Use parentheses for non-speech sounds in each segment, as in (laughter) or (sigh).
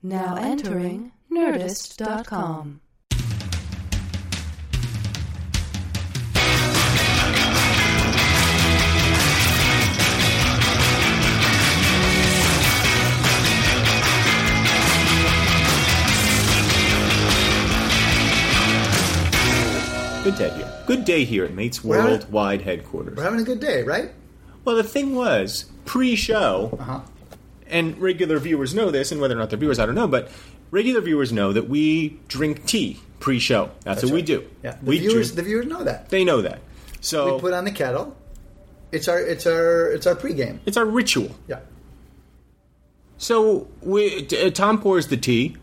Now entering Nerdist.com. Good day here. Good day here at Mates We're having- Worldwide headquarters. We're having a good day, right? Well, the thing was, pre-show, Uh-huh. and regular viewers know this, and whether or not they're viewers, I don't know, but regular viewers know that we drink tea pre-show. That's, what we do. Yeah, the we viewers drink- the viewers know that. they know that. So We put on the kettle. It's our it's our it's our pregame. it's our ritual. Yeah, So we, t- uh, Tom pours the tea.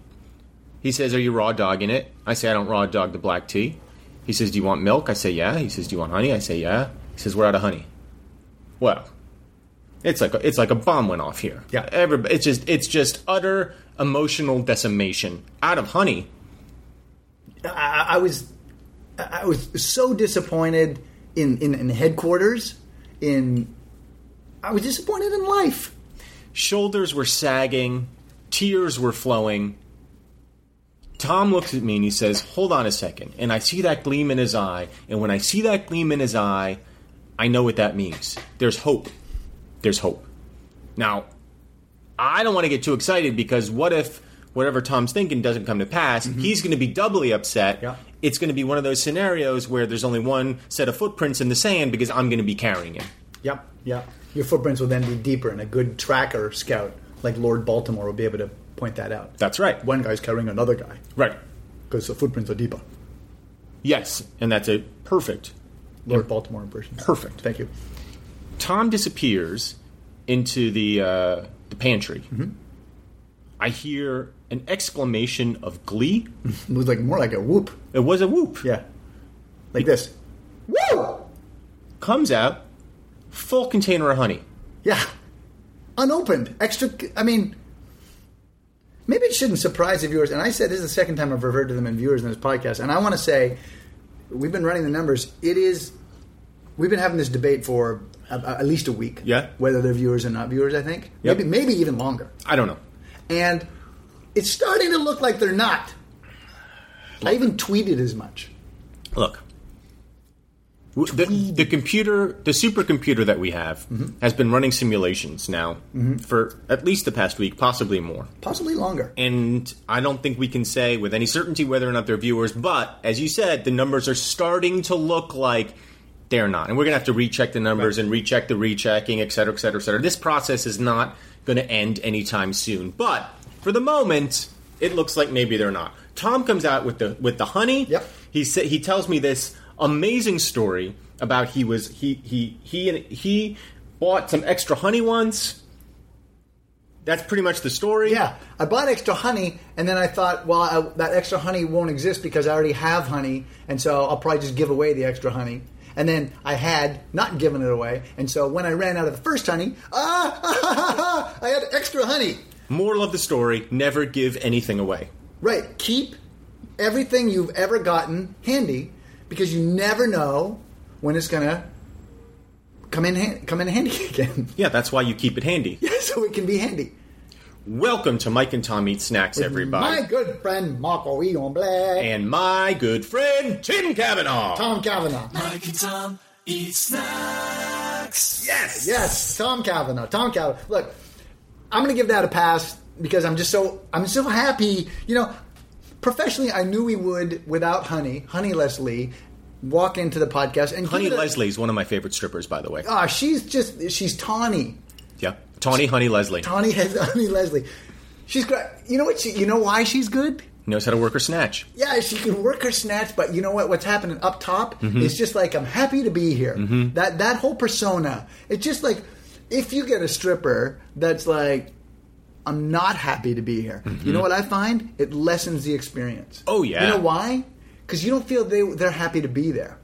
He says, "Are you raw dogging it?" I say, "I don't raw dog the black tea." He says, "Do you want milk?" I say, "Yeah." He says, "Do you want honey?" I say, "Yeah." He says, "We're out of honey." Well, it's like a, it's like a bomb went off here. Yeah. Everyb- it's just it's just utter emotional decimation. Out of honey. I, I was I I was so disappointed in, in in headquarters. In I was disappointed in life. Shoulders were sagging, tears were flowing. Tom looks at me and he says, Hold on a second. And I see that gleam in his eye. And when I see that gleam in his eye, I know what that means. There's hope. There's hope. Now, I don't want to get too excited because what if whatever Tom's thinking doesn't come to pass? He's going to be doubly upset. Yeah. It's going to be one of those scenarios where there's only one set of footprints in the sand because I'm going to be carrying him. Yep, yep. Your footprints will then be deeper, and a good tracker scout like Lord Baltimore will be able to point that out. That's right. One guy's carrying another guy Right. because the footprints are deeper. Yes. And that's a perfect Lord Baltimore impression. Perfect. Thank you. Tom disappears into the uh, the pantry. I hear an exclamation of glee. It was like more like a whoop. It was a whoop. Yeah, like this. Woo! Comes out full container of honey. Yeah. Unopened. Extra. I mean, maybe it shouldn't surprise the viewers. And I said this is the second time I've referred to them in viewers in this podcast. And I want to say, we've been running the numbers. It is. We've been having this debate for a, a- at least a week. Yeah. Whether they're viewers or not viewers, I think. Yep. Maybe, maybe even longer. I don't know. And it's starting to look like they're not. I even tweeted as much. Look. W- The, the computer, the supercomputer that we have, has been running simulations now for at least the past week, possibly more. Possibly longer. and I don't think we can say with any certainty whether or not they're viewers. But as you said, the numbers are starting to look like they're not, and we're gonna have to recheck the numbers and recheck the rechecking, et cetera, et cetera, et cetera. This process is not gonna end anytime soon. But for the moment, it looks like maybe they're not. Tom comes out with the with the honey. Yep. He sa- he tells me this amazing story about he was he he he and he bought some extra honey once. That's pretty much the story. Yeah, I bought extra honey, and then I thought, well, I, that extra honey won't exist because I already have honey, and so I'll probably just give away the extra honey. And then I had not given it away, and so when I ran out of the first honey, ah, (laughs) I had extra honey. Moral of the story: Never give anything away. Right, keep everything you've ever gotten handy because you never know when it's gonna come in hand, come in handy (laughs) again, Yeah, that's why you keep it handy. so it can be handy. Welcome to Mike and Tom Eat Snacks, everybody, My good friend Marco Eon Black, and my good friend Tim Kavanaugh. Tom Cavanaugh. Mike and Tom eat snacks. yes, Yes, Tom Cavanaugh. Tom Cavanaugh. Look, I'm going to give that a pass because I'm just so I'm so happy. You know, professionally, I knew we would without Honey, Honey Leslie, walk into the podcast and Honey give it a- Leslie is one of my favorite strippers, by the way. Ah, she's just she's tawny. yeah, Tawny Honey Leslie Tawny has (laughs) Honey Leslie. She's great. You know what? She, you know why she's good? knows how to work her snatch. Yeah, she can work her snatch, but you know what? What's happening up top Mm-hmm. is just like I'm happy to be here. That that whole persona. It's just like if you get a stripper that's like I'm not happy to be here. You know what I find? It lessens the experience. Mm-hmm. Oh, yeah. You know why? Because you don't feel they they're happy to be there,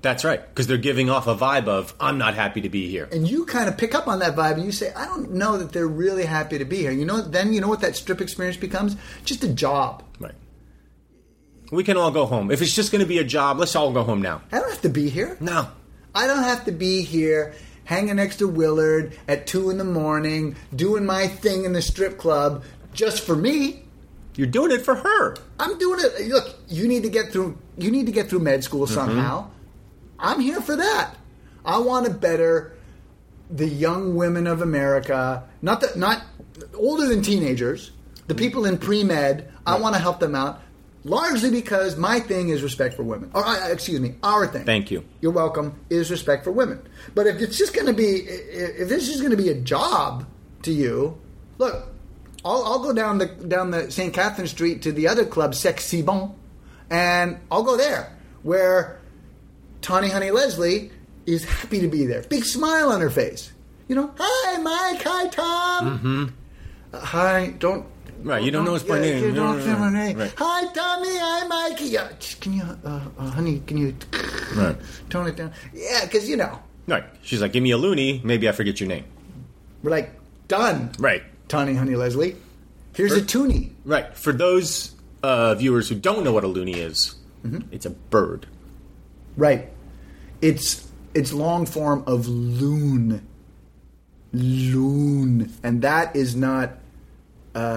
That's right, because they're giving off a vibe of "I'm not happy to be here." and you kind of pick up on that vibe, and you say, I don't know that they're really happy to be here. You know, then you know what that strip experience becomes? Just a job. Right. We can all go home. If it's just going to be a job, let's all go home now. I don't have to be here. No. I don't have to be here hanging next to Willard at two in the morning doing my thing in the strip club just for me. You're doing it for her. I'm doing it. Look, you need to get through. You need to get through med school Mm-hmm. somehow. I'm here for that. I want to better the young women of America. Not that not older than teenagers. Mm-hmm. The people in pre med. I want to help them out. Largely because my thing is respect for women. Or, I- I- excuse me, our thing. Thank you. You're welcome. Is respect for women. But if it's just going to be, i- i- if this is going to be a job to you, look, I'll, I'll go down the down the St. Catherine Street to the other club, Sexy Bon, and I'll go there where Tawny Honey Leslie is happy to be there, big smile on her face. You know, hi Mike, hi Tom, Uh, hi. Don't Mm-hmm. Right, you don't know his yeah, name. you No, don't know no, my no. name. Right. Hi Tommy, hi Mikey. Yeah, sh- can you, uh, uh, honey, can you Right. tone it down? Yeah, because you know Right. She's like, give me a loony. Maybe I forget your name. we're like done. Right. Tawny Honey Leslie, here's a toonie. Right. For those uh, viewers who don't know what a loony is, Mm-hmm. it's a bird. Right. It's it's long form of loon. Loon. And that is not uh,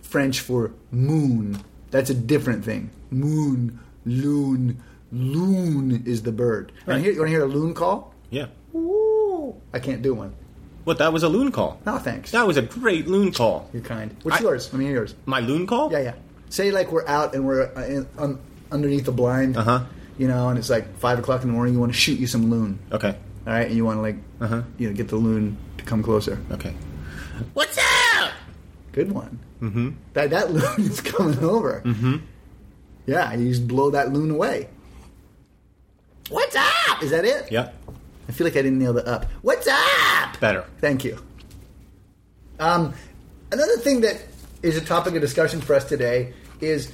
French for moon. That's a different thing. Moon, loon, loon is the bird. Right. And here, you want to hear a loon call? Yeah. Ooh. I can't do one. What? That was a loon call. No, thanks. That was a great loon call. You're kind. What's I- yours? Let me hear yours. My loon call? Yeah, yeah. Say like we're out and we're uh, in, um, underneath the blind. Uh-huh. You know, and it's like five o'clock in the morning. You want to shoot you some loon. Okay. Uh-huh. All right, and you want to like, you know, get the loon to come closer. Okay. What's up? Good one. Mm-hmm. That that (laughs) loon is coming over. Mm-hmm. Yeah, you just blow that loon away. What's up? Is that it? Yeah. I feel like I didn't nail the up. What's up? Better. Thank you. Um, another thing that is a topic of discussion for us today is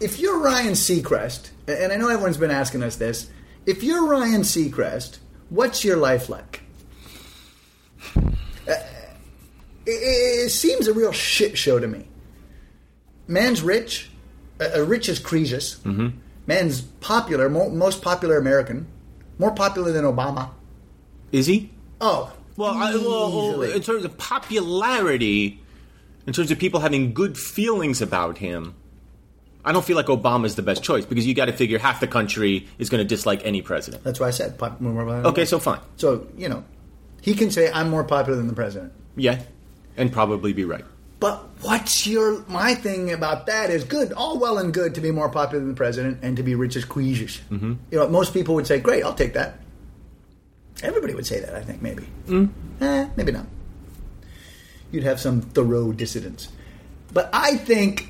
if you're Ryan Seacrest, and I know everyone's been asking us this, if you're Ryan Seacrest, what's your life like? Uh, it, it seems a real shit show to me. Man's rich, uh, uh, rich as Croesus. Mm-hmm. Man's popular, mo- most popular American, more popular than Obama. Is he? Oh, Well, oh, I, well, well, easily. in terms of popularity, in terms of people having good feelings about him, I don't feel like Obama's the best choice because you got to figure half the country is going to dislike any president. That's why I said pop- more popular. Okay, so fine. so you know, he can say I'm more popular than the president. Yeah. And probably be right. But what's your my thing about that is good, all well and good to be more popular than the president and to be rich as Queesish. Mm-hmm. You know, most people would say, "Great, I'll take that." Everybody would say that, I think, maybe. Eh, maybe not. You'd have some thorough dissidents, but I think,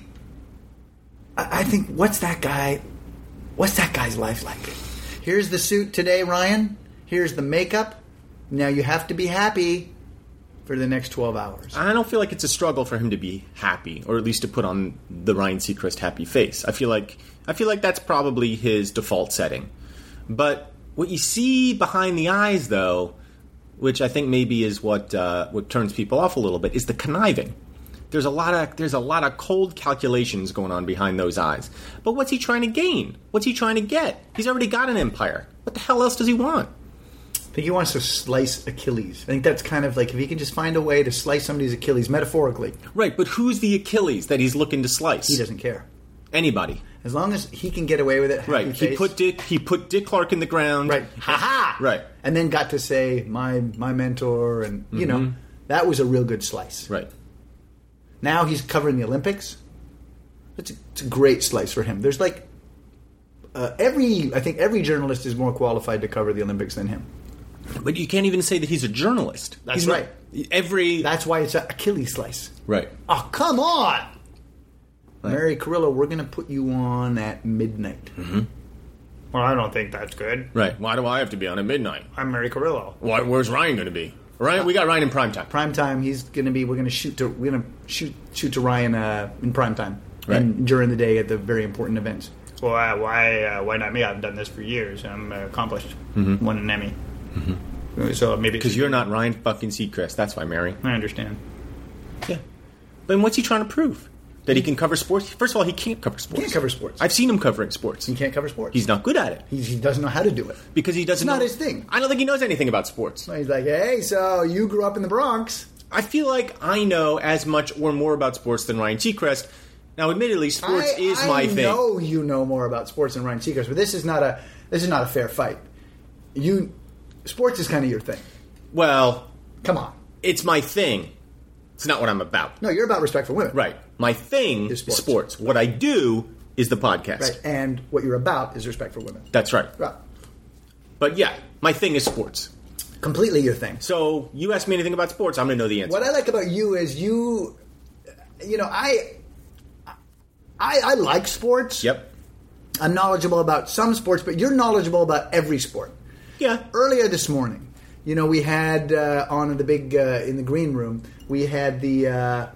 I I think, what's that guy? What's that guy's life like? Here's the suit today, Ryan. Here's the makeup. Now you have to be happy for the next twelve hours. I don't feel like it's a struggle for him to be happy, or at least to put on the Ryan Seacrest happy face. I feel like I feel like that's probably his default setting. But what you see behind the eyes, though, which I think maybe is what uh, what turns people off a little bit, is the conniving. There's a lot of there's a lot of cold calculations going on behind those eyes. But what's he trying to gain? What's he trying to get? He's already got an empire. What the hell else does he want? I think he wants to slice Achilles. I think that's kind of like if he can just find a way to slice somebody's Achilles metaphorically, Right, but who's the Achilles that he's looking to slice? he doesn't care. Anybody. As long as he can get away with it, happy Right. He face. put Dick. He put Dick Clark in the ground. right, ha ha, Right. and then got to Mm-hmm. say my my mentor, and you know that was a real good slice. Right. Now he's covering the Olympics. It's a, it's a great slice for him. There's like uh, every I think every journalist is more qualified to cover the Olympics than him. But you can't even say that he's a journalist. That's He's not- Every That's why it's a Achilles slice. right. Oh come on, Mary Carillo, we're gonna put you on at midnight. Well, I don't think that's good. Mm-hmm. Right. Why do I have to be on at midnight? I'm Mary Carillo. Why, where's Ryan going to be? Ryan, we got Ryan in prime time. Prime time, he's gonna be. We're gonna shoot to. We're gonna shoot shoot to Ryan uh, in prime time Right. and during the day at the very important events. Well, I, why uh, why not me? I've done this for years. I'm accomplished. Won an Emmy. So maybe Mm-hmm. Because you're not Ryan fucking Seacrest. That's why, Mary. I understand. Yeah. But what's he trying to prove? That he can cover sports? First of all, he can't cover sports. Can't cover sports. I've seen him covering sports. He can't cover sports. He's not good at it He, he doesn't know how to do it. because he doesn't. It's not know- his thing. I don't think he knows anything about sports. He's like, hey, so you grew up in the Bronx. I feel like I know as much or more about sports than Ryan Seacrest. Now, admittedly, sports I, is I my thing. know you know more about sports than Ryan Seacrest, but this is not a this is not a fair fight. You sports is kind of your thing. Well, Come on, it's my thing. It's not what I'm about. no, you're about respect for women, Right. My thing Is is sports. sports. What I do is the podcast. Right, and what you're about is respect for women. That's right. Right. But yeah, my thing is sports. completely your thing. So you ask me anything about sports, I'm going to know the answer. What I like about you is you, you know, I, I, I like sports. Yep. I'm knowledgeable about some sports, but you're knowledgeable about every sport. Yeah. earlier this morning, you know, we had uh, on the big uh, in the green room. We had the uh,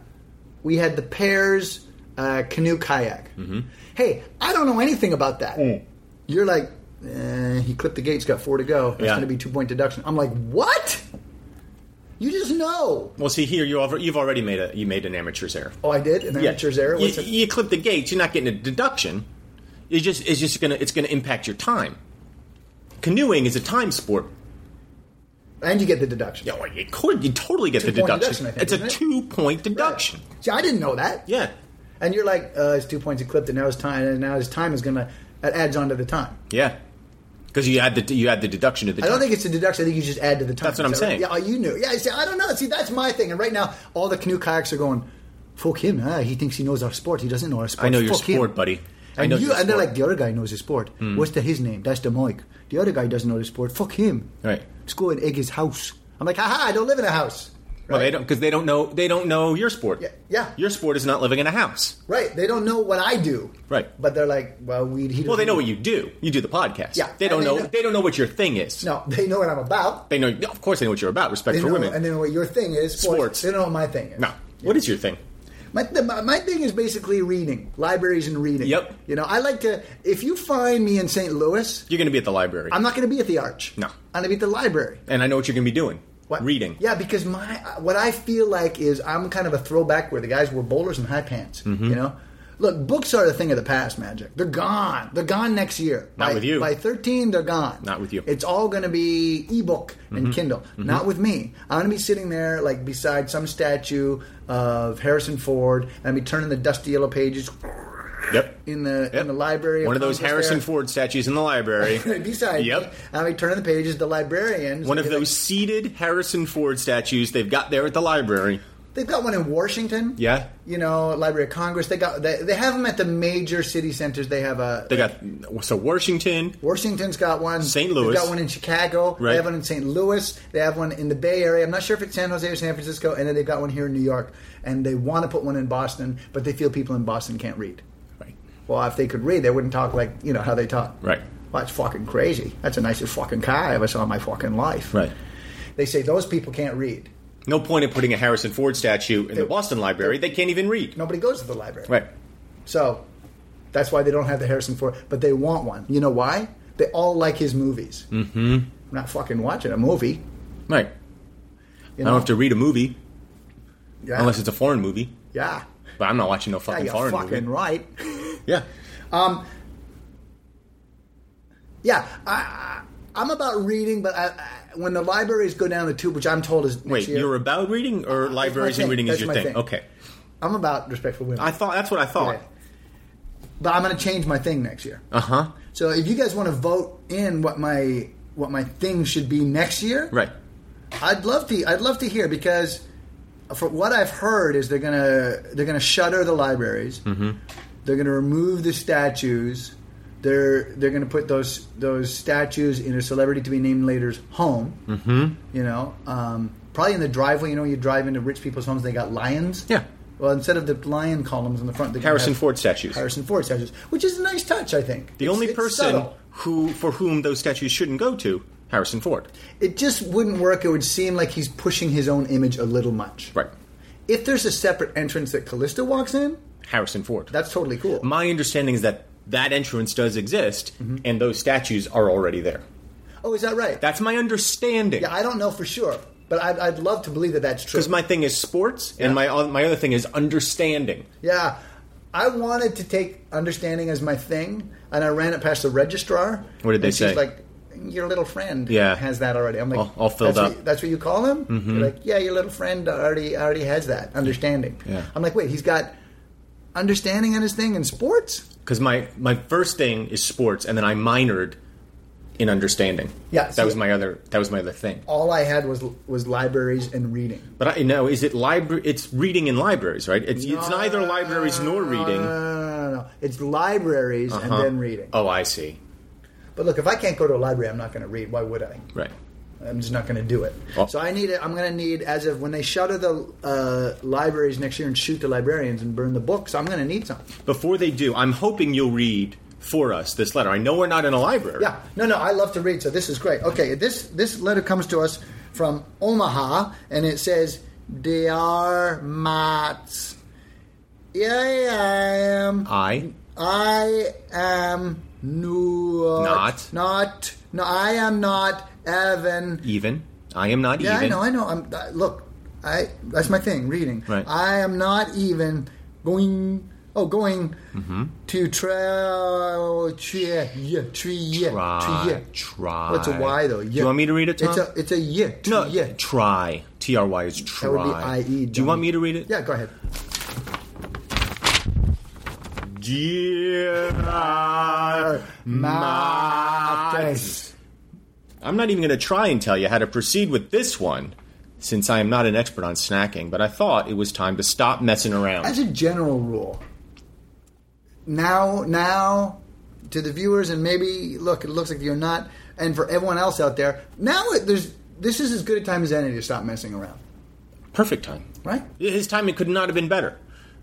we had the pairs uh, canoe kayak. Mm-hmm. Hey, I don't know anything about that. Mm. You're like, eh, he clipped the gates, got four to go. That's Yeah. going to be two point deduction. I'm like, what? You just know. Well, see here, you alve- you've already made a you made an amateur's error. Oh, I did. An Yeah. amateur's error. You, What's it? you clip the gates. You're not getting a deduction. It's just it's just gonna it's gonna impact your time. Canoeing is a time sport. And you get the deduction. Yeah, well, you could you totally get the Two-point deduction. deduction, I think, it's a isn't it? two point deduction. See, I didn't know that. Yeah, And you're like, uh, it's two points eclipsed, and now his time, and now his time is gonna. That adds on to the time. yeah. Because you add the you add the deduction to the. I don't time. think it's a deduction. I think you just add to the time. That's what I'm Is that right? saying. Yeah, oh, you knew. Yeah, see, I don't know. See, that's my thing. And right now, all the canoe kayaks are going, "Fuck him! Ah, he thinks he knows our sport. He doesn't know our sport. I know your Fuck him." sport, buddy. I And know you, your and they're sport. Hmm. like, the other guy knows his sport. What's the his name? That's the Mike. The other guy doesn't know the sport. Fuck him. Right. Let's go and egg his house. I'm like, haha! I don't live in a house. Well, they don't because they don't know they don't know your sport. Yeah, yeah. Your sport is not living in a house. Right. They don't know what I do. Right. But they're like, well, we. He Well, they doesn't- know what you do. You do the podcast. Yeah, They don't and they know, know- They don't know what your thing is. No, they know what I'm about. They know. Of course, they know what you're about. Respect They for know, women. and they know what your thing is. Sports. They know what my thing is. no. What is your thing? My, the, my, my thing is basically reading, libraries and reading. Yep. You know, I like to. If you find me in St. Louis, You're going to be at the library. I'm not going to be at the Arch. No. I'm going to be at the library. and I know what you're going to be doing. What? Reading. Yeah, because my what I feel like is I'm kind of a throwback where the guys were bowlers and high pants. Mm-hmm. You know, look, books are a thing of the past. Magic, they're gone. They're gone next year. Not by, with you. By 13, they're gone. Not with you. Mm-hmm. It's all going to be ebook and Kindle. Not with me. I'm going to be sitting there like beside some statue of Harrison Ford, and I'll be turning the dusty yellow pages Yep. in the in the library. One of those Congress Harrison (laughs) there. Ford statues in the (laughs) library. Beside, Yep. I'll be turning the pages. The librarian. One of those seated Harrison Ford statues they've got there at the library. They've got one in Washington. Yeah. You know, Library of Congress. They got they, they have them at the major city centers. They have a They got so Washington. Washington's got one. St. They've Louis. got one in Chicago. They Right. have one in St. Louis. They have one in the Bay Area. I'm not sure if it's San Jose or San Francisco. And then they've got one here in New York. And they want to put one in Boston, but they feel people in Boston can't read. Right. Well, if they could read, they wouldn't talk like you know how they talk. Right. Well, that's fucking crazy. That's the nicest fucking car I ever saw in my fucking life. Right. They say those people can't read. No point in putting a Harrison Ford statue in the Boston library. They can't even read. Nobody goes to the library. Right. So that's why they don't have the Harrison Ford, but they want one. You know why? They all like his movies. Mm-hmm. I'm not fucking watching a movie. Right. You I don't have to read a movie Yeah. unless it's a foreign movie. yeah. But I'm not watching no Yeah, fucking you're foreign fucking movie. right. (laughs) Yeah. Yeah, I, I, I'm about reading, but I, I, when the libraries go down the tube, which I'm told is next Wait, year, you're about reading or libraries thing. and reading That's is your my thing? thing. Okay. I'm about respectful women. I thought that's what I thought. Yeah. but I'm going to change my thing next year. Uh huh. So if you guys want to vote in what my what my thing should be next year, Right. I'd love to. I'd love to hear because for what I've heard is they're gonna they're gonna shutter the libraries. Mm-hmm. They're gonna remove the statues. They're they're gonna put those those statues in a celebrity to be named later's home. Mm-hmm. You know, um, probably in the driveway. You know, you drive into rich people's homes, they got lions. Yeah. Well, instead of the lion columns on the front, they're gonna Harrison have Ford statues. Harrison Ford statues, which is a nice touch, I think. the It's- only it's person subtle. who for whom those statues shouldn't go to, Harrison Ford. it just wouldn't work. It would seem like he's pushing his own image a little much. Right. If there's a separate entrance that Callista walks in, Harrison Ford. that's totally cool. My understanding is that that entrance does exist, Mm-hmm. and those statues are already there. oh, is that right? That's my understanding. yeah, I don't know for sure, but I'd, I'd love to believe that that's true. Because my thing is sports, and my oth- my other thing is understanding. yeah, I wanted to take understanding as my thing, and I ran it past the registrar. What did they and say? She's like, "Your little friend Yeah. has that already." I'm like, All- all filled that's up. Mm-hmm. What, that's what you call him? You're like, "Yeah, your little friend already already has that understanding." Yeah. I'm like, "Wait, he's got understanding on his thing in sports?" Because my my first thing is sports, and then I minored in understanding. Yeah, Oh. that see- was my other that was my other thing. all I had was was libraries and reading. But I know is it library? It's reading in libraries, right? It's it's neither libraries nor No, reading. no, no, no, no. It's libraries and then reading. Oh, I see. But look, if I can't go to a library, I'm not going to read. Why would I? Right. I'm just not going to do it. Oh. So I need it. I'm going to need as of when they shutter the uh, libraries next year and shoot the librarians and burn the books. I'm going to need some. Before they do, I'm hoping you'll read for us this letter. I know we're not in a library. Yeah. No, no. I love to read, so this is great. Okay. This this letter comes to us from Omaha, and it says, "Dr. Mats, yeah, I am." I I am not Not. not no. I am not Evan. even. I am not Yeah, even. I know. I know. I'm I, look. I that's my thing. Reading. Right. I am not even going. Oh, going Mm-hmm. to trail tree yeah tree yeah Try. tree yeah. Try. What's a Y though? Yeah. Do you want me to read it, Tom? It's a it's a yeah. Tree, no. yeah. Try. T R Y is try. That would be I E. Do you want me to read it? Yeah, go ahead. Dear Matis. I'm not even going to try and tell you how to proceed with this one, since I am not an expert on snacking, but I thought it was time to stop messing around. as a general rule, now now to the viewers and maybe look, it looks like you're not, and for everyone else out there, now it, there's this is as good a time as any to stop messing around, Perfect time. right? His timing could not have been better.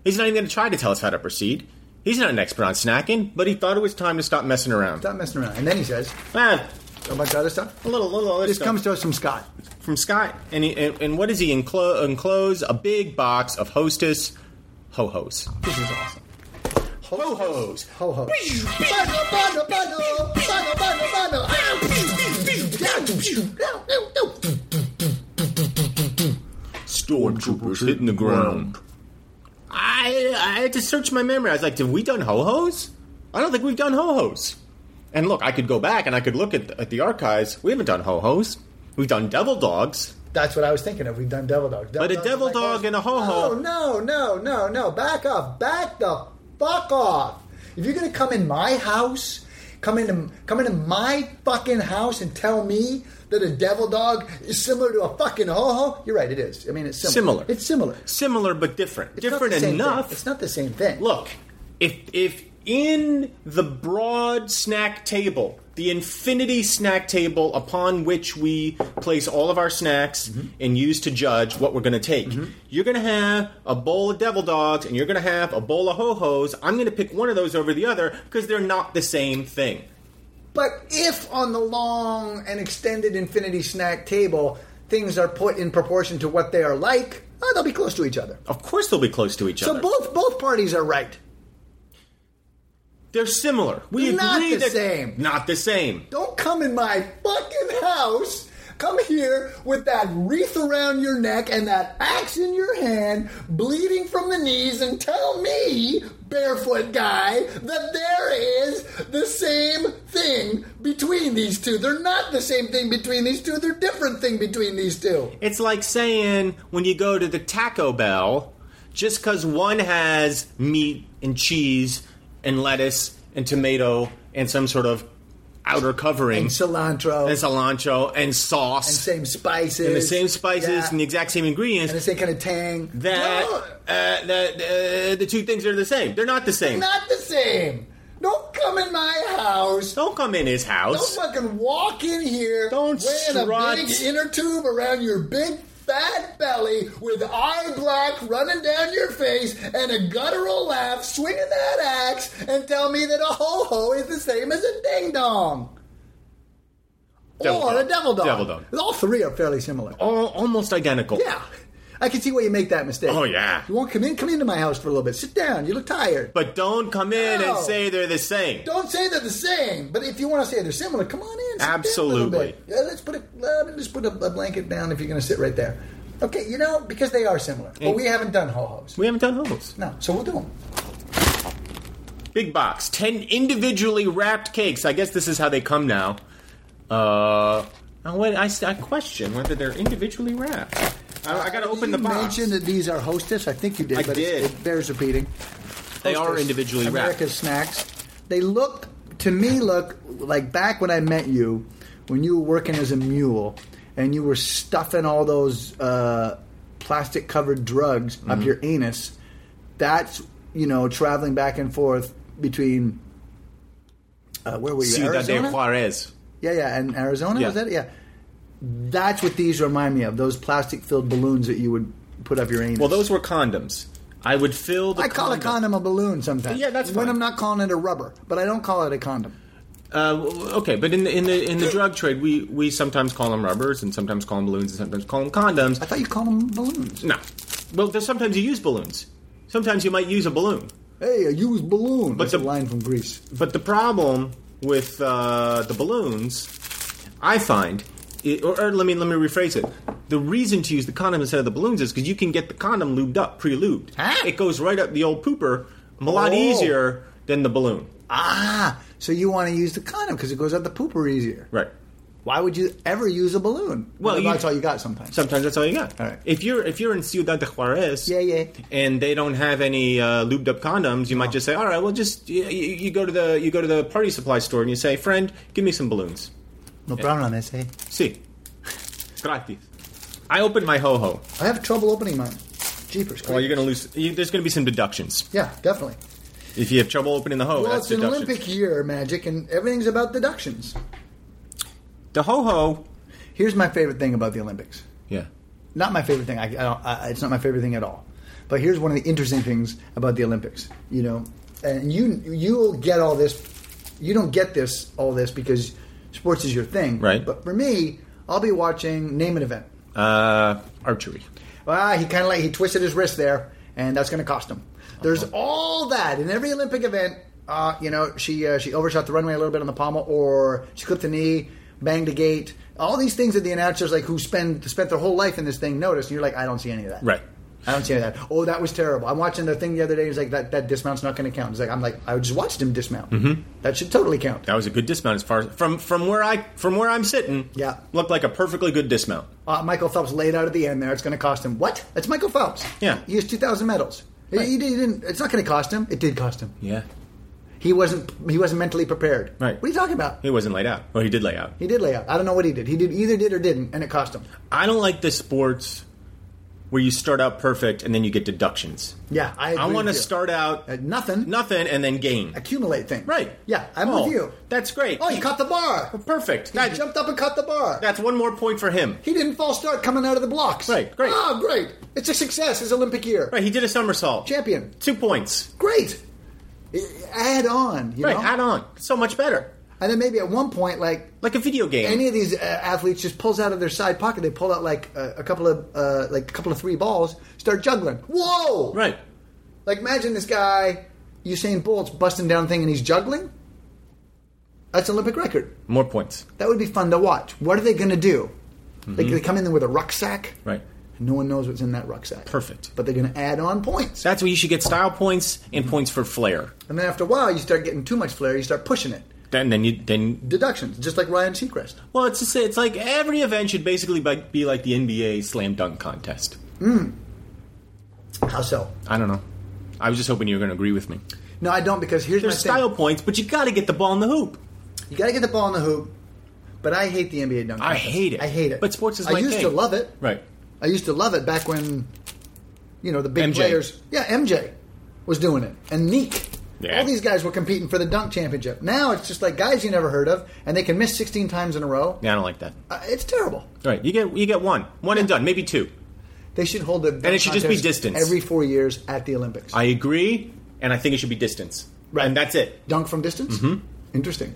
He's not even going to try to tell us how to proceed. He's not an expert on snacking, but he thought it was time to stop messing around. Stop messing around. And then he says Ah, a bunch of other stuff. a little, little other This stuff. comes to us from Scott. from Scott, and, he, and, and what does he enclose? Enclose a big box of Hostess ho hos. This is awesome. Ho hos. Ho ho. Bano, bano, bano, bano, bano, bano. Ah, pew, pew, pew, down, pew, down, down, down. Stormtroopers hitting the ground. I I had to search my memory. I was like, have we done ho hos? I don't think we've done ho hos. And look, I could go back and I could look at the, at the archives. We haven't done ho hos. We've done devil dogs. That's what I was thinking of. We've done devil dog. Devil But a Dog's devil like dog that. and a ho-ho. No, no, no, no, no. Back off. Back the fuck off. If you're gonna come in my house, come into come into my fucking house and tell me that a devil dog is similar to a fucking ho ho, you're right. It is. I mean, it's similar. Similar. It's similar. It's Similar but different. not different the same enough. thing. It's not the same thing. Look, if if in the broad snack table, the infinity snack table upon which we place all of our snacks Mm-hmm. and use to judge what we're going to take, you're going to have a bowl of devil dogs and you're going to have a bowl of ho hos. I'm going to pick one of those over the other because they're not the same thing. But if on the long and extended infinity snack table things are put in proportion to what they are like, oh, they'll be close to each other. Of course, they'll be close to each So other. both both parties are right. they're similar. We They're not agree the that- same. Not the same. Don't come in my fucking house. Come here with that wreath around your neck and that axe in your hand, bleeding from the knees, and tell me, barefoot guy, that there is the same thing between these two. They're not the same thing between these two, they're different thing between these two. It's like saying when you go to the Taco Bell, just because one has meat and cheese and lettuce and tomato and some sort of outer covering and cilantro and cilantro and sauce and same spices and the same spices Yeah. and the exact same ingredients and the same kind of tang. that uh, that uh, the two things are the same. They're not the same. Not the same. Don't come in my house. Don't come in his Don't house. fucking walk in here Don't wearing strut. a big inner tube around your big fat belly with eye black running down your face and a guttural laugh swinging that axe and tell me that a ho-ho is the same as a ding-dong. Devil or dog. a devil dog. Devil Oh. dog. All three are fairly similar. All, almost identical. Yeah. I can see why you make that mistake. Oh, yeah. You won't come in? Come into my house for a little bit. Sit down. You look tired. But don't come in No. and say they're the same. Don't say they're the same, but if you want to say they're similar, come on in. Sit Absolutely. Down a little bit. Yeah, let's put a let me just put a, a blanket down if you're going to sit right there. Okay, you know because they are similar, but we haven't done ho hos. We haven't done homos. No, so we'll do them. Big box, ten individually wrapped cakes. I guess this is how they come now. Uh, now wait, I, s- I question whether they're individually wrapped. I, I got to open the you box. mentioned that these are hostess. I think you did. I but did. it's- It bears repeating. They are Hostess, individually wrapped. America's snacks. They look to me look like back when I met you, when you were working as a mule, and you were stuffing all those uh, plastic covered drugs Mm-hmm. up your anus. That's you know traveling back and forth between. Uh, where were you? Ciudad de Arizona? Juarez. Yeah, yeah, and Arizona Yeah. was that? it? Yeah, that's what these remind me of. Those plastic filled balloons that you would put up your anus. Well, those were condoms. I would fill the I call a condom a balloon sometimes. Yeah, that's when fine. I'm not calling it a rubber, but I don't call it a condom. Uh, okay, but in the in the in the drug trade, we we sometimes call them rubbers, and sometimes call them balloons, and sometimes call them condoms. I thought you called them balloons. No, well, there's sometimes you use balloons. Sometimes you might use a balloon. Hey, I use balloon. But that's the- a line from Greece. But the problem with uh, the balloons, I find, i or, or let me let me rephrase it. The reason to use the condom instead of the balloons is because you can get the condom lubed up, pre-lubed. Huh? It goes right up the old pooper, a lot Oh. easier than the balloon. Ah, so you want to use the condom because it goes out the pooper easier. Right. Why would you ever use a balloon? Well, you- that's all you got sometimes. Sometimes that's all you got. All right. If you're if you're in Ciudad de Juarez, Yeah, yeah. Oh. and they don't have any uh, lubed up condoms, you might just say, all right, well, just you, you go to the you go to the party supply store and you say, friend, give me some balloons. no problem, I say. See, gratis. I opened my ho ho. I have trouble opening mine. Jeepers. Well, you're going to lose. You, there's going to be some deductions Yeah, definitely. if you have trouble opening the ho. Well, that's it's an deductions. Olympic year, magic, and everything's about deductions. The ho ho. Here's my favorite thing about the Olympics. Yeah. not my favorite thing. I, I don't. I, it's not my favorite thing at all. But here's one of the interesting things about the Olympics. You know, and you you'll get all this. You don't get this all this because sports is your thing, Right. But for me, I'll be watching name an event. Uh, archery. Ah, he kind of like he twisted his wrist there, and that's going to cost him. There's all that in every Olympic event. Uh, you know, she uh, she overshot the runway a little bit on the pommel, or she clipped a knee, banged a gate. All these things that the announcers like who spend spent their whole life in this thing notice, and you're like, I don't see any of that. Right. I don't see any of that. Oh, that was terrible. I'm watching the thing the other day. He's like, that that dismount's not going to count. He's like, I'm like, I just watched him dismount. That should totally count. That was a good dismount as far as, from from where I from where I'm sitting. Yeah. Looked like a perfectly good dismount. Uh, Michael Phelps laid out at the end there. It's going to cost him what? That's Michael Phelps. Yeah. he has two thousand medals. He- He, didn't. It's not going to cost him. It did cost him. Yeah. He wasn't. He wasn't mentally prepared. Right. What are you talking about? He wasn't laid out. Well, he did lay out. He did lay out. I don't know what he did. He did either did or didn't, and it cost him. I don't like the sports where you start out perfect and then you get deductions. Yeah, I. Agree I want to with you. start out at nothing. nothing and then gain. Accumulate things. Right. Yeah, I'm Oh, with you. That's great. Oh, he caught the bar. Perfect. He That- jumped up and caught the bar. That's one more point for him. he didn't false start coming out of the blocks. Right, great. Oh, great. It's a success. His Olympic year. Right, he did a somersault. Champion. Two points. Great. I- Add on. You Right, know? add on. So much better. And then maybe at one point, like Like a video game. any of these uh, athletes just pulls out of their side pocket, they pull out like a, a couple of uh, like a couple of three balls, start juggling. Whoa! right. Like imagine this guy Usain Bolt's busting down thing and he's juggling. That's an Olympic record. More points. That would be fun to watch. What are they going to do? Like Mm-hmm. they come in there with a rucksack. Right. And no one knows what's in that rucksack. Perfect. But they're going to add on points. That's where you should get style points and points for flair. and then after a while, you start getting too much flair. You start pushing it. Then then you then Deductions, just like Ryan Seacrest. well it's just, it's like every event should basically be- be like the NBA slam dunk contest. How so? I don't know. I was just hoping you were going to agree with me. No, I don't because here's There's my thing. style points, but you got to get the ball in the hoop. You got to get the ball in the hoop. But I hate the NBA dunk. I contest. hate it. I hate it. But sports is I my used thing. to love it. Right. I used to love it back when, you know, the big MJ. players. Yeah, MJ was doing it, and Neek. Yeah. All these guys were competing for the dunk championship. Now it's just like guys you never heard of, and they can miss 16 times in a row. Yeah, I don't like that. Uh, it's terrible. Right. You get you get one, one and done, maybe two. They should hold the dunk it should just be contest distance. every four years at the Olympics. I agree, and I think it should be distance. Right. And that's it. dunk from distance. Mm-hmm. Interesting,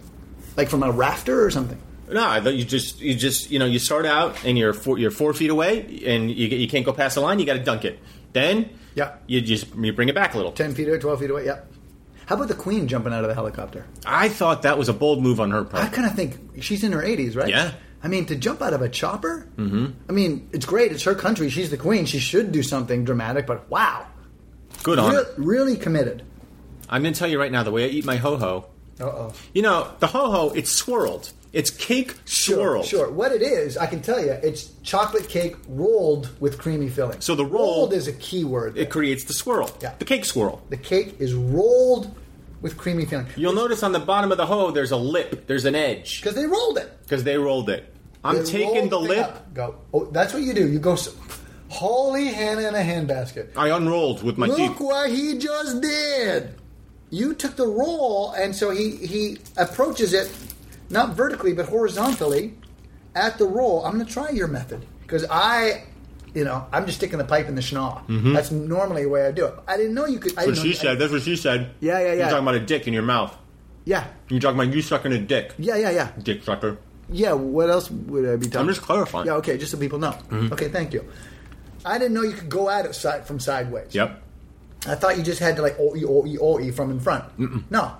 like from a rafter or something. No, I thought you just you just you know you start out and you're four, you're four feet away and you you can't go past the line. You got to dunk it. Then Yeah. you just you bring it back a little. Ten feet away, twelve feet away. Yep. How about the Queen jumping out of the helicopter? I thought that was a bold move on her I part. kind of think she's in her 80s, right? Yeah. I mean, to jump out of a chopper? Mm-hmm. I mean, it's great. It's her country. She's the queen. She should do something dramatic, but wow. Good on Re- her. really committed. I'm going to tell you right now the way I eat my ho ho. Uh oh. You know the ho ho. It's swirled. It's cake swirled. Sure. What it is, I can tell you, it's chocolate cake rolled with creamy filling. So the roll- rolled is a key word. It creates the swirl. Yeah. The cake swirl. the cake is rolled with creamy filling. You'll notice on the bottom of the ho there's a lip. There's an edge Because they rolled it. because they rolled it. I'm They taking rolled the thing lip. up. Go. Oh, that's what you do. You go. s Holy Hannah in a handbasket. I unrolled with my Look teeth. what he just did. You took the roll, and so he he approaches it not vertically but horizontally at the roll. I'm going to try your method because I, you know, I'm just sticking the pipe in the schnoz. That's normally the way I do it. I didn't know you could. I What didn't Mm-hmm. know she you- said. That's what she said. Yeah, yeah, yeah. You're talking about a dick in your mouth. yeah, You're talking about you sucking a dick. yeah, yeah, yeah, Dick sucker. yeah. What else would I be talking? I'm just clarifying. Mm-hmm. Yeah, okay, just so people know. Okay, thank you. I didn't know you could go at it side from sideways. Yep. I thought you just had to like E, oe oe oe from in front. No.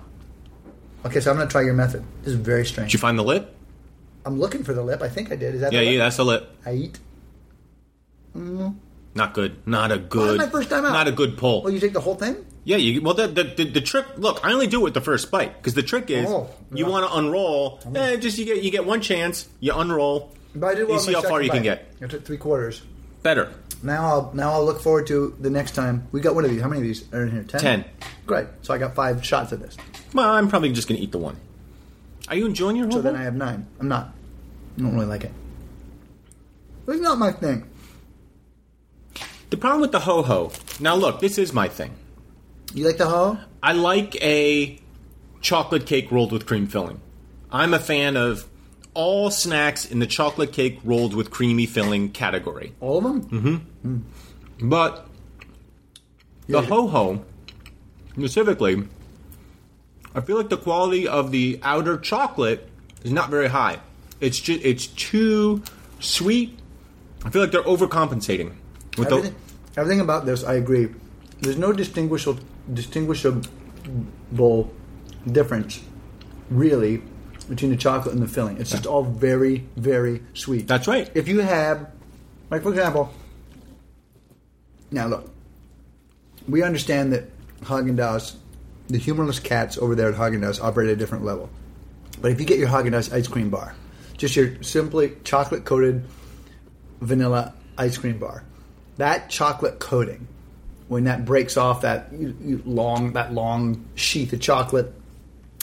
Okay, so I'm going to try your method. This is very strange. Did you find the lip? I'm looking for the lip. I think I did. Is that Yeah, the lip? yeah, that's the lip. I eat. Not good. Not a Well, good. that's my first time out. Not a good pull. Well, Oh, you take the whole thing. yeah, you. Well, the, the, the, the trick. Look, I only do it with the first bite because the trick is Oh, you yeah. want to unroll. Eh, just you get you get one chance. You unroll. But I did well you on see my how far second you can bite. get. I took three quarters. Better. Now I'll now I'll look forward to the next time. We got one of these. How many of these are in here? Ten. Ten. Great. So I got five shots of this. Well, I'm probably just gonna eat the one. Are you enjoying your? So whole then I have nine. I'm not. I don't really like it. It's not my thing. The problem with the ho ho. Now look, this is my thing. You like the hoe? I like a chocolate cake rolled with cream filling. I'm a fan of all snacks in the chocolate cake rolled with creamy filling category. All of them? Mm-hmm. But the ho ho, specifically, I feel like the quality of the outer chocolate is not very high. It's just it's too sweet. I feel like they're overcompensating with the Everything, everything about this, I agree. There's no distinguishable, distinguishable difference, really, between the chocolate and the filling. It's just all very, very sweet. That's right. If you have, like, for example, now look, we understand that Haagen Dazs, the humorless cats over there at Haagen Dazs, operate at a different level. But if you get your Haagen Dazs ice cream bar, just your simply chocolate coated vanilla ice cream bar. That chocolate coating, when that breaks off that you, you long that long sheath of chocolate,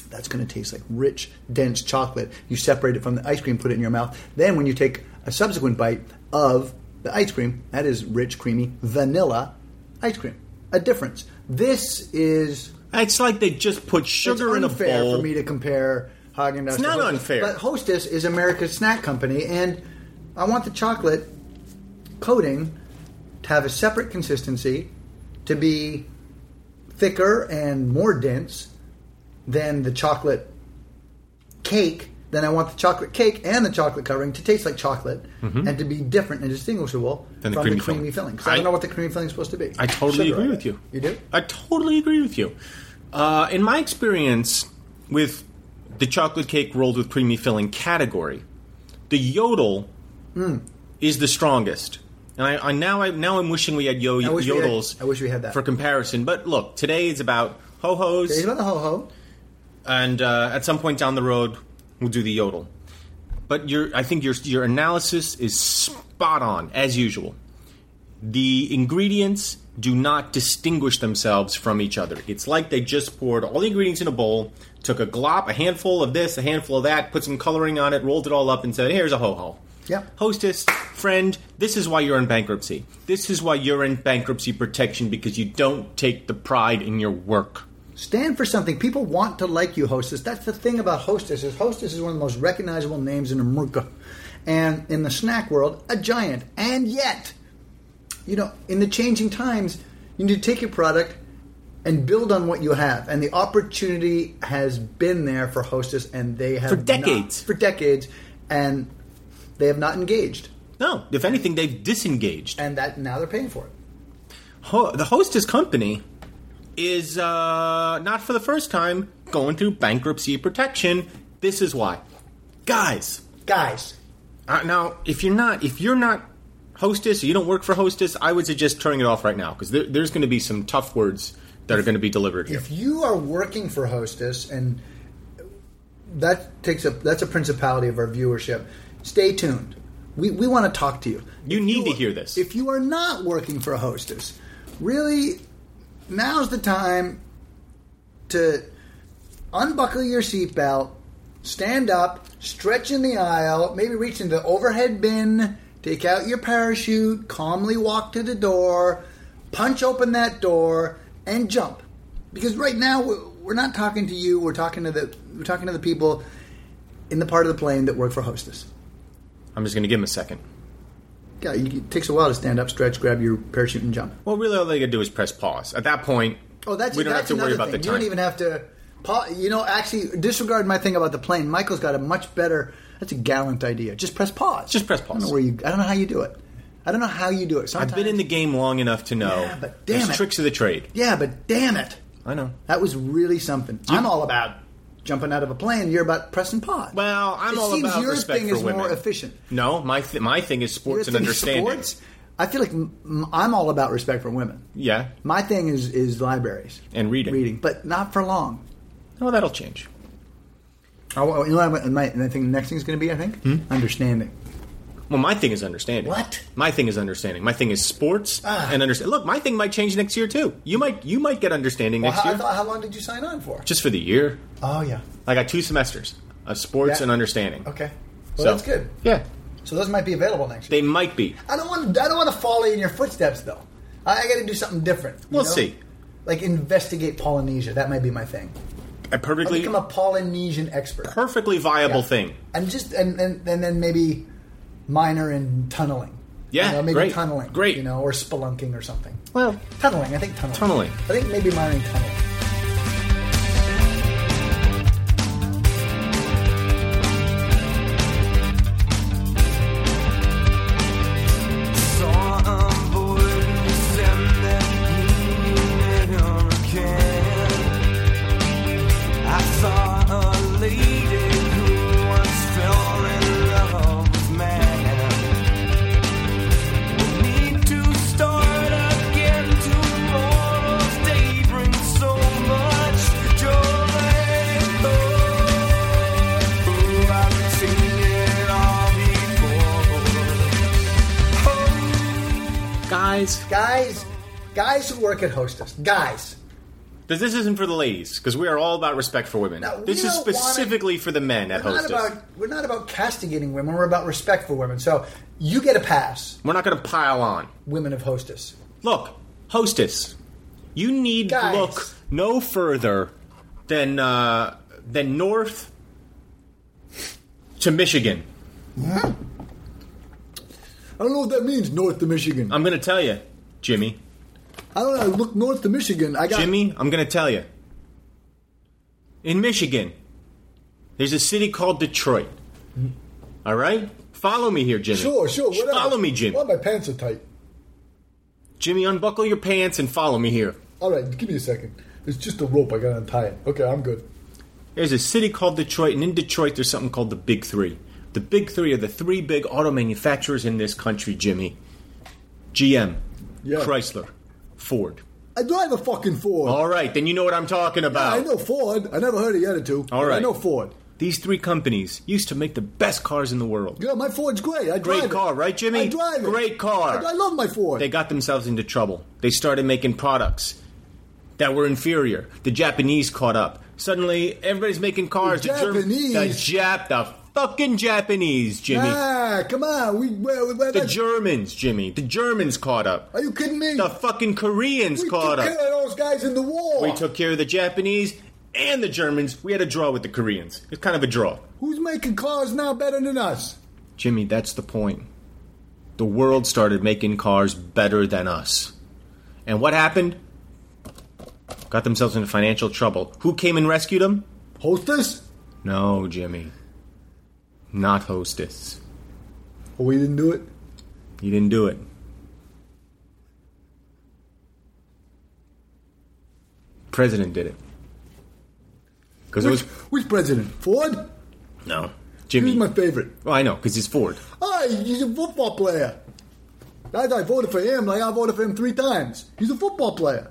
that's going to taste like rich, dense chocolate. You separate it from the ice cream, put it in your mouth. Then when you take a subsequent bite of the ice cream, that is rich, creamy vanilla ice cream. A difference. This is It's like they just put it's sugar in a unfair bowl. for me to compare Haagen Dazs. It's not unfair. But Hostess is America's snack company, and I want the chocolate coating to have a separate consistency, to be thicker and more dense than the chocolate cake. Then I want the chocolate cake and the chocolate covering to taste like chocolate and to be different and distinguishable Mm-hmm. Than the from creamy the creamy filling. filling. 'Cause I, don't I- know what the creamy filling is supposed to be. I totally Sugar, agree I with think. you. You do? I totally agree with you. Uh, in my experience with the chocolate cake rolled with creamy filling category, the yodel Hmm. is the strongest. And I, I now I now I'm wishing we had yo- I wish we had- yodels. I wish we had that. for comparison. But look, today is about ho It's hos, about the ho ho. and uh, at some point down the road, we'll do the yodel. But your I think your your analysis is spot on as usual. The ingredients do not distinguish themselves from each other. It's like they just poured all the ingredients in a bowl, took a glop, a handful of this, a handful of that, put some coloring on it, rolled it all up, and said, "Here's a ho ho." Yep. Hostess, friend, this is why you're in bankruptcy. This is why you're in bankruptcy protection because you don't take the pride in your work. Stand for something. People want to like you, Hostess. That's the thing about Hostess. Is Hostess is one of the most recognizable names in America, and in the snack world, a giant. And yet, you know, in the changing times, you need to take your product and build on what you have. And the opportunity has been there for Hostess, and they have For not- decades. for decades, and they have not engaged. No, if anything, they've disengaged. And that now they're paying for it. Ho- the hostess company is uh, not for the first time going through bankruptcy protection. This is why, guys. Guys, Uh, now, if you're not, if you're not hostess, or you don't work for hostess, I would suggest turning it off right now because there, there's going to be some tough words that are going to be delivered here. if you are working for hostess and that takes a that's a principality of our viewership stay tuned we, we want to talk to you You If need to hear this. if you are not working for hostess really now's the time to unbuckle your seatbelt stand up stretch in the aisle maybe reach into the overhead bin take out your parachute calmly walk to the door punch open that door and jump because right now we're we're not talking to you we're talking to the we're talking to the people in the part of the plane that work for hostess I'm just going to give them a second. yeah you- it takes a while to stand up stretch grab your parachute and jump Well, really, all they got to do is press pause. At that point, oh that's we don't that's have to worry another about thing. the you time. don't even have to pa- you know actually disregard my thing about the plane michael's got a much better that's a gallant idea just press pause Just press i don't pause. know where you i don't know how you do it i don't know how you do it Sometimes, I've been in the game long enough to know Yeah, but damn there's it. tricks of the trade. yeah but damn it I know. that was really something i'm all about jumping out of a plane you're about pressing pause Well, I'm it all seems about your respect thing for is women. more efficient No, my th- my thing is sports Your and thing is understanding. sports? I feel like m- I'm all about respect for women. Yeah. My thing is is libraries And reading. reading, but not for long. No, that'll change. I, wa- you know, what I, my, and I think the next thing is going to be, I think, Hmm? understanding. Well, my thing is understanding. What? Ah. My thing is understanding. My thing is sports and understand. Look, my thing might change next year too. You might you might get understanding Well, next how, I year. thought, how long did you sign on for? Just for the year. oh yeah, I got two semesters of sports Yeah. and understanding. okay. So- Well, that's good. Yeah. So those might be available next year. They might be. I don't want. I don't want to follow in your footsteps though. I, I got to do something different. you We'll know? see. Like investigate Polynesia. That might be my thing. A I'll perfectly become a Polynesian expert. perfectly viable thing. and just and and, and then maybe minor in tunneling. Yeah, you know, maybe great, tunneling. great. you know, or spelunking or something. Well, Tunneling, I think tunneling. Tunneling. I think maybe minor in tunneling. guys, Guys, guys who work at Hostess, guys. this, this isn't for the ladies because we are all about respect for women. No, we this is don't wanna- specifically for the men at we're Hostess. Not about, we're not about castigating women. We're about respect for women. So you get a pass, We're not going to pile on. women of Hostess. Look, hostess, you need Guys. look no further than uh, than north to Michigan. I don't know what that means, north to Michigan. I'm going to tell you, Jimmy. I don't know. I look north to Michigan. I got Jimmy, I'm going to tell you. In Michigan, there's a city called Detroit. All right, follow me here, Jimmy. Follow me, Jimmy. my pants are tight. Jimmy, unbuckle your pants and follow me here. All right, give me a second. It's just a rope. I gotta untie it. Okay, I'm good. There's a city called Detroit, and in Detroit, there's something called the Big Three. The Big Three are the three big auto manufacturers in this country, Jimmy GM, Yeah. Chrysler, Ford. I drive a fucking Ford. All right, then you know what I'm talking about. I know Ford. I never heard of the other two. All but I right. know Ford. These three companies used to make the best cars in the world. Yeah, my Ford's great. I drive Great it. car, right, Jimmy? I drive it. Great car. I, I love my Ford. They got themselves into trouble. They started making products that were inferior. The Japanese caught up. Suddenly, everybody's making cars. The Germ- Japanese. the Jap, the fucking Japanese, Jimmy. ah, come on. We, we, we, The Germans, Jimmy. The Germans caught up. Are you kidding me? The fucking Koreans we caught took up. care of those guys in the war. We took care of the Japanese and the Germans. We had a draw with the Koreans. It's kind of a draw. Who's making cars now better than us? Jimmy, that's the point. The world started making cars better than us. And what happened? Got themselves into financial trouble. Who came and rescued them? Hostess? No, Jimmy. Not Hostess. Oh, we didn't do it. You didn't do it. President did it. Because it Which, was. which president? Ford? No. He was Jimmy. my favorite. Oh, I know, because he's Ford. Hey, he's a football player. I, I voted for him. Like I voted for him three times. He's a football player.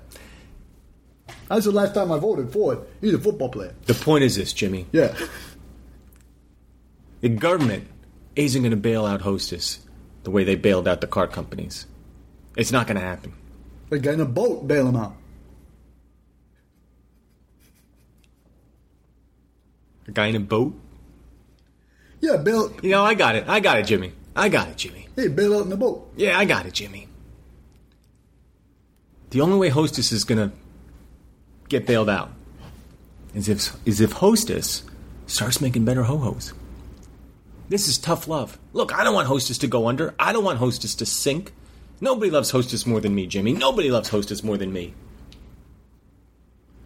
That's the last time I voted for it. He's a football player. The point is this, Jimmy. Yeah. The government isn't going to bail out Hostess the way they bailed out the car companies. It's not going to happen. They got in a boat, bail him out. A guy in a boat? Yeah, bail. You know, I got it. I got it, Jimmy. I got it, Jimmy. Hey, bail out in a boat. Yeah, I got it, Jimmy. The only way Hostess is going to get bailed out is if, is if Hostess starts making better ho-hos. This is tough love. Look, I don't want Hostess to go under. I don't want Hostess to sink. Nobody loves Hostess more than me, Jimmy. Nobody loves Hostess more than me.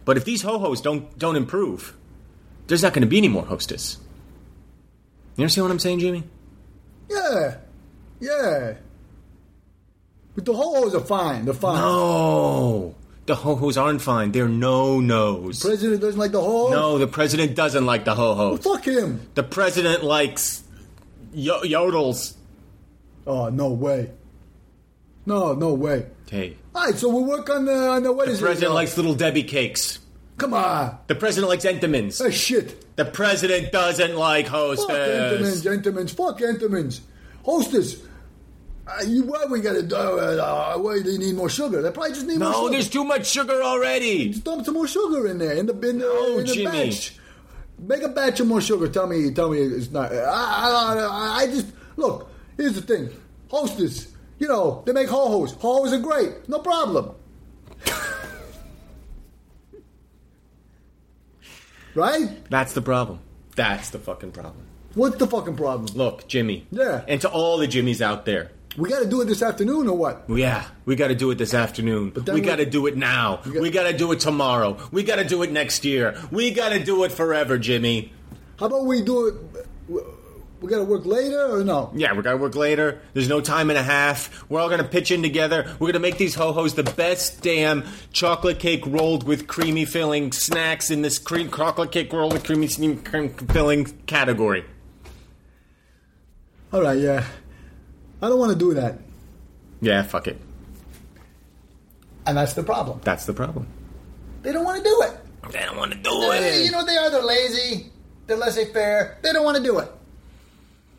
But if these ho-hos don't, don't improve, there's not going to be any more Hostess. You understand what I'm saying, Jimmy? Yeah, yeah. But the hoes are fine. They're fine. No. Oh. The ho hos aren't fine. They're no nos. President doesn't like the hoes. no, the president doesn't like the ho hos. Fuck him. The president likes yo- yodels. Oh no way. No, no way. Hey. All right, so we'll work on the on the what The is president it? likes little Debbie cakes. Come on. The president likes Entenmann's. That shit. The president doesn't like Fuck Entenmann's, hostess. Entenmann's. Fuck Entenmann's. Hostess. Uh, you, why we gotta do? Uh, uh, why they need more sugar? They probably just need more No, sugar. there's too much sugar already. Just dump some more sugar in there in the in, the- No, in the Jimmy. batch. Make a batch of more sugar. Tell me, tell me it's not. I, I, I- I just look. Here's the thing, hostess. You know they make ho hos. Ho hos are great. No problem. right? That's the problem. That's the fucking problem. What's the fucking problem? Look, Jimmy. Yeah. And to all the Jimmies out there. We got to do it this afternoon or what? Yeah, we got to do it this afternoon. then we we- got to do it now. got- we got to do it tomorrow. We got to do it next year. We got to do it forever, Jimmy. How about we do it? We got to work later or no? Yeah, we're going to work later. There's no time and a half. We're all going to pitch in together. We're going to make these ho-hos the best damn chocolate cake rolled with creamy filling snacks in this cream chocolate cake rolled with creamy steam cream filling category. All right, yeah. I don't want to do that, Yeah, fuck it. and that's the problem. That's the problem. They don't want to do it. They don't want to do Eh, it. You know, they are. They're lazy. They're laissez-faire. They don't want to do it.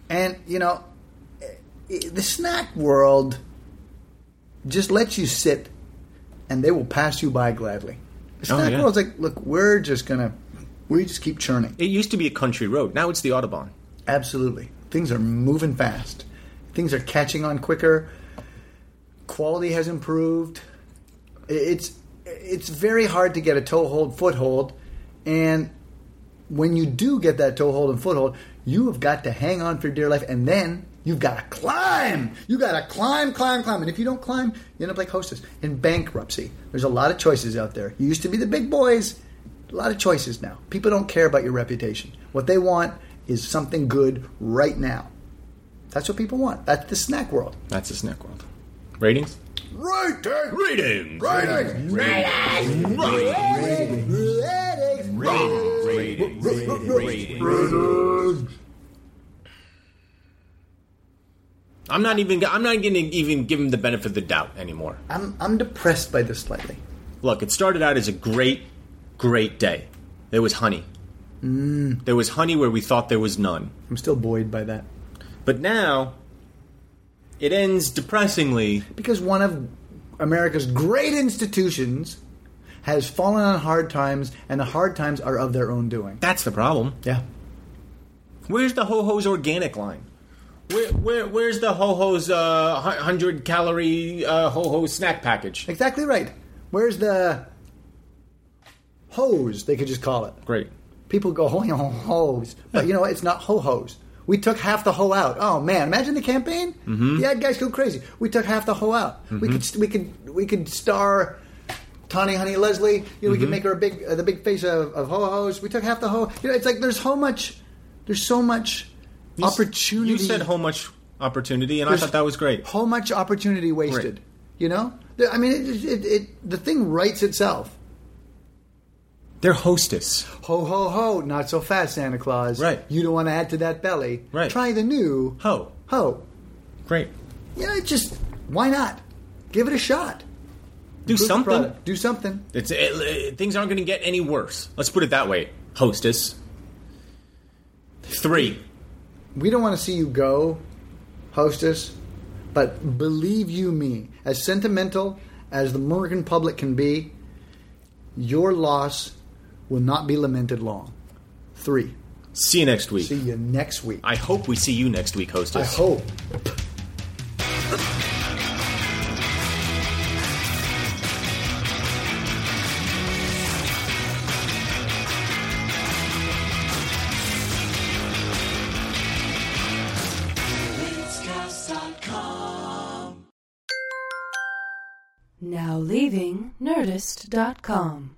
And you know, eh, eh, the snack world just lets you sit, and they will pass you by gladly. The Oh, snack yeah. world's like, look, we're just gonna, we just keep churning. it used to be a country road. Now it's the Audubon. Absolutely, things are moving fast. Things are catching on quicker. Quality has improved. I- It's it's very hard to get a toehold, foothold, and when you do get that toehold and foothold, you have got to hang on for dear life, and then you've got to climb. You got to climb, climb, climb, and if you don't climb, you end up like Hostess in bankruptcy. There's a lot of choices out there. You used to be the big boys. A lot of choices now. People don't care about your reputation. What they want is something good right now. That's what people want. That's the snack world. That's the snack world. Ratings? Right, eh? Dave. Ratings. Ratings! Ratings! eh? Ratings! Ratings! Ratings! Ratings! I'm not even. I'm not going to even give him the benefit of the doubt anymore. I'm, I'm depressed by this slightly. Look, it started out as a great, great day. There was honey. Mm. There was honey where we thought there was none. I'm still buoyed by that But now, it ends depressingly. because one of America's great institutions has fallen on hard times, and the hard times are of their own doing. That's the problem. Yeah. Where's the Ho Ho's organic line? Where, where, where's the Ho Ho's uh, 100 calorie uh, Ho Ho snack package? Exactly right. Where's the hose? They could just call it. Great. People go (laughs) ho ho hose, but you know what? It's not ho hos. We took half the hoe out. Oh man, imagine the campaign. Mm-hmm. Yeah, guys go crazy. We took half the hoe out. We Mm-hmm. could we could we could star Tawny Honey Leslie. You know, we Mm-hmm. could make her a big uh, the big face of, of ho hos. We took half the hoe. You know, it's like there's so much. There's so much s- opportunity. You said how much opportunity, and I There's- thought that was great. How much opportunity wasted? Right. You know, There- I mean, it, it, it, the thing writes itself. They're hostess. Ho ho ho! Not so fast, Santa Claus. Right. You don't want to add to that belly. Right. Try the new Ho. ho. Great. You know, it just why not? Give it a shot. Do Proof something. product. Do something. It's, it, it- things aren't going to get any worse. Let's put it that way. Hostess. Three. We don't want to see you go, hostess. But believe you me, as sentimental as the American public can be, your loss will not be lamented long. Three. See you next week. See you next week. I hope we see you next week, I hostess. hope. Now leaving Nerdist.com.